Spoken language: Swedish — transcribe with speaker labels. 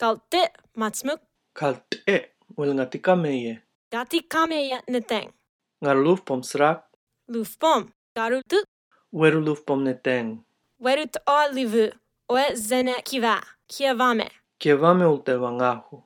Speaker 1: kalte matsmuk
Speaker 2: kalt'e wel ngati kameye
Speaker 1: dati kameya neteng
Speaker 2: ngarulufpom srak
Speaker 1: lufpom darutu
Speaker 2: werulufpom neteng
Speaker 1: werut o livu oe zene kiva kievame
Speaker 2: kevame ultevangahu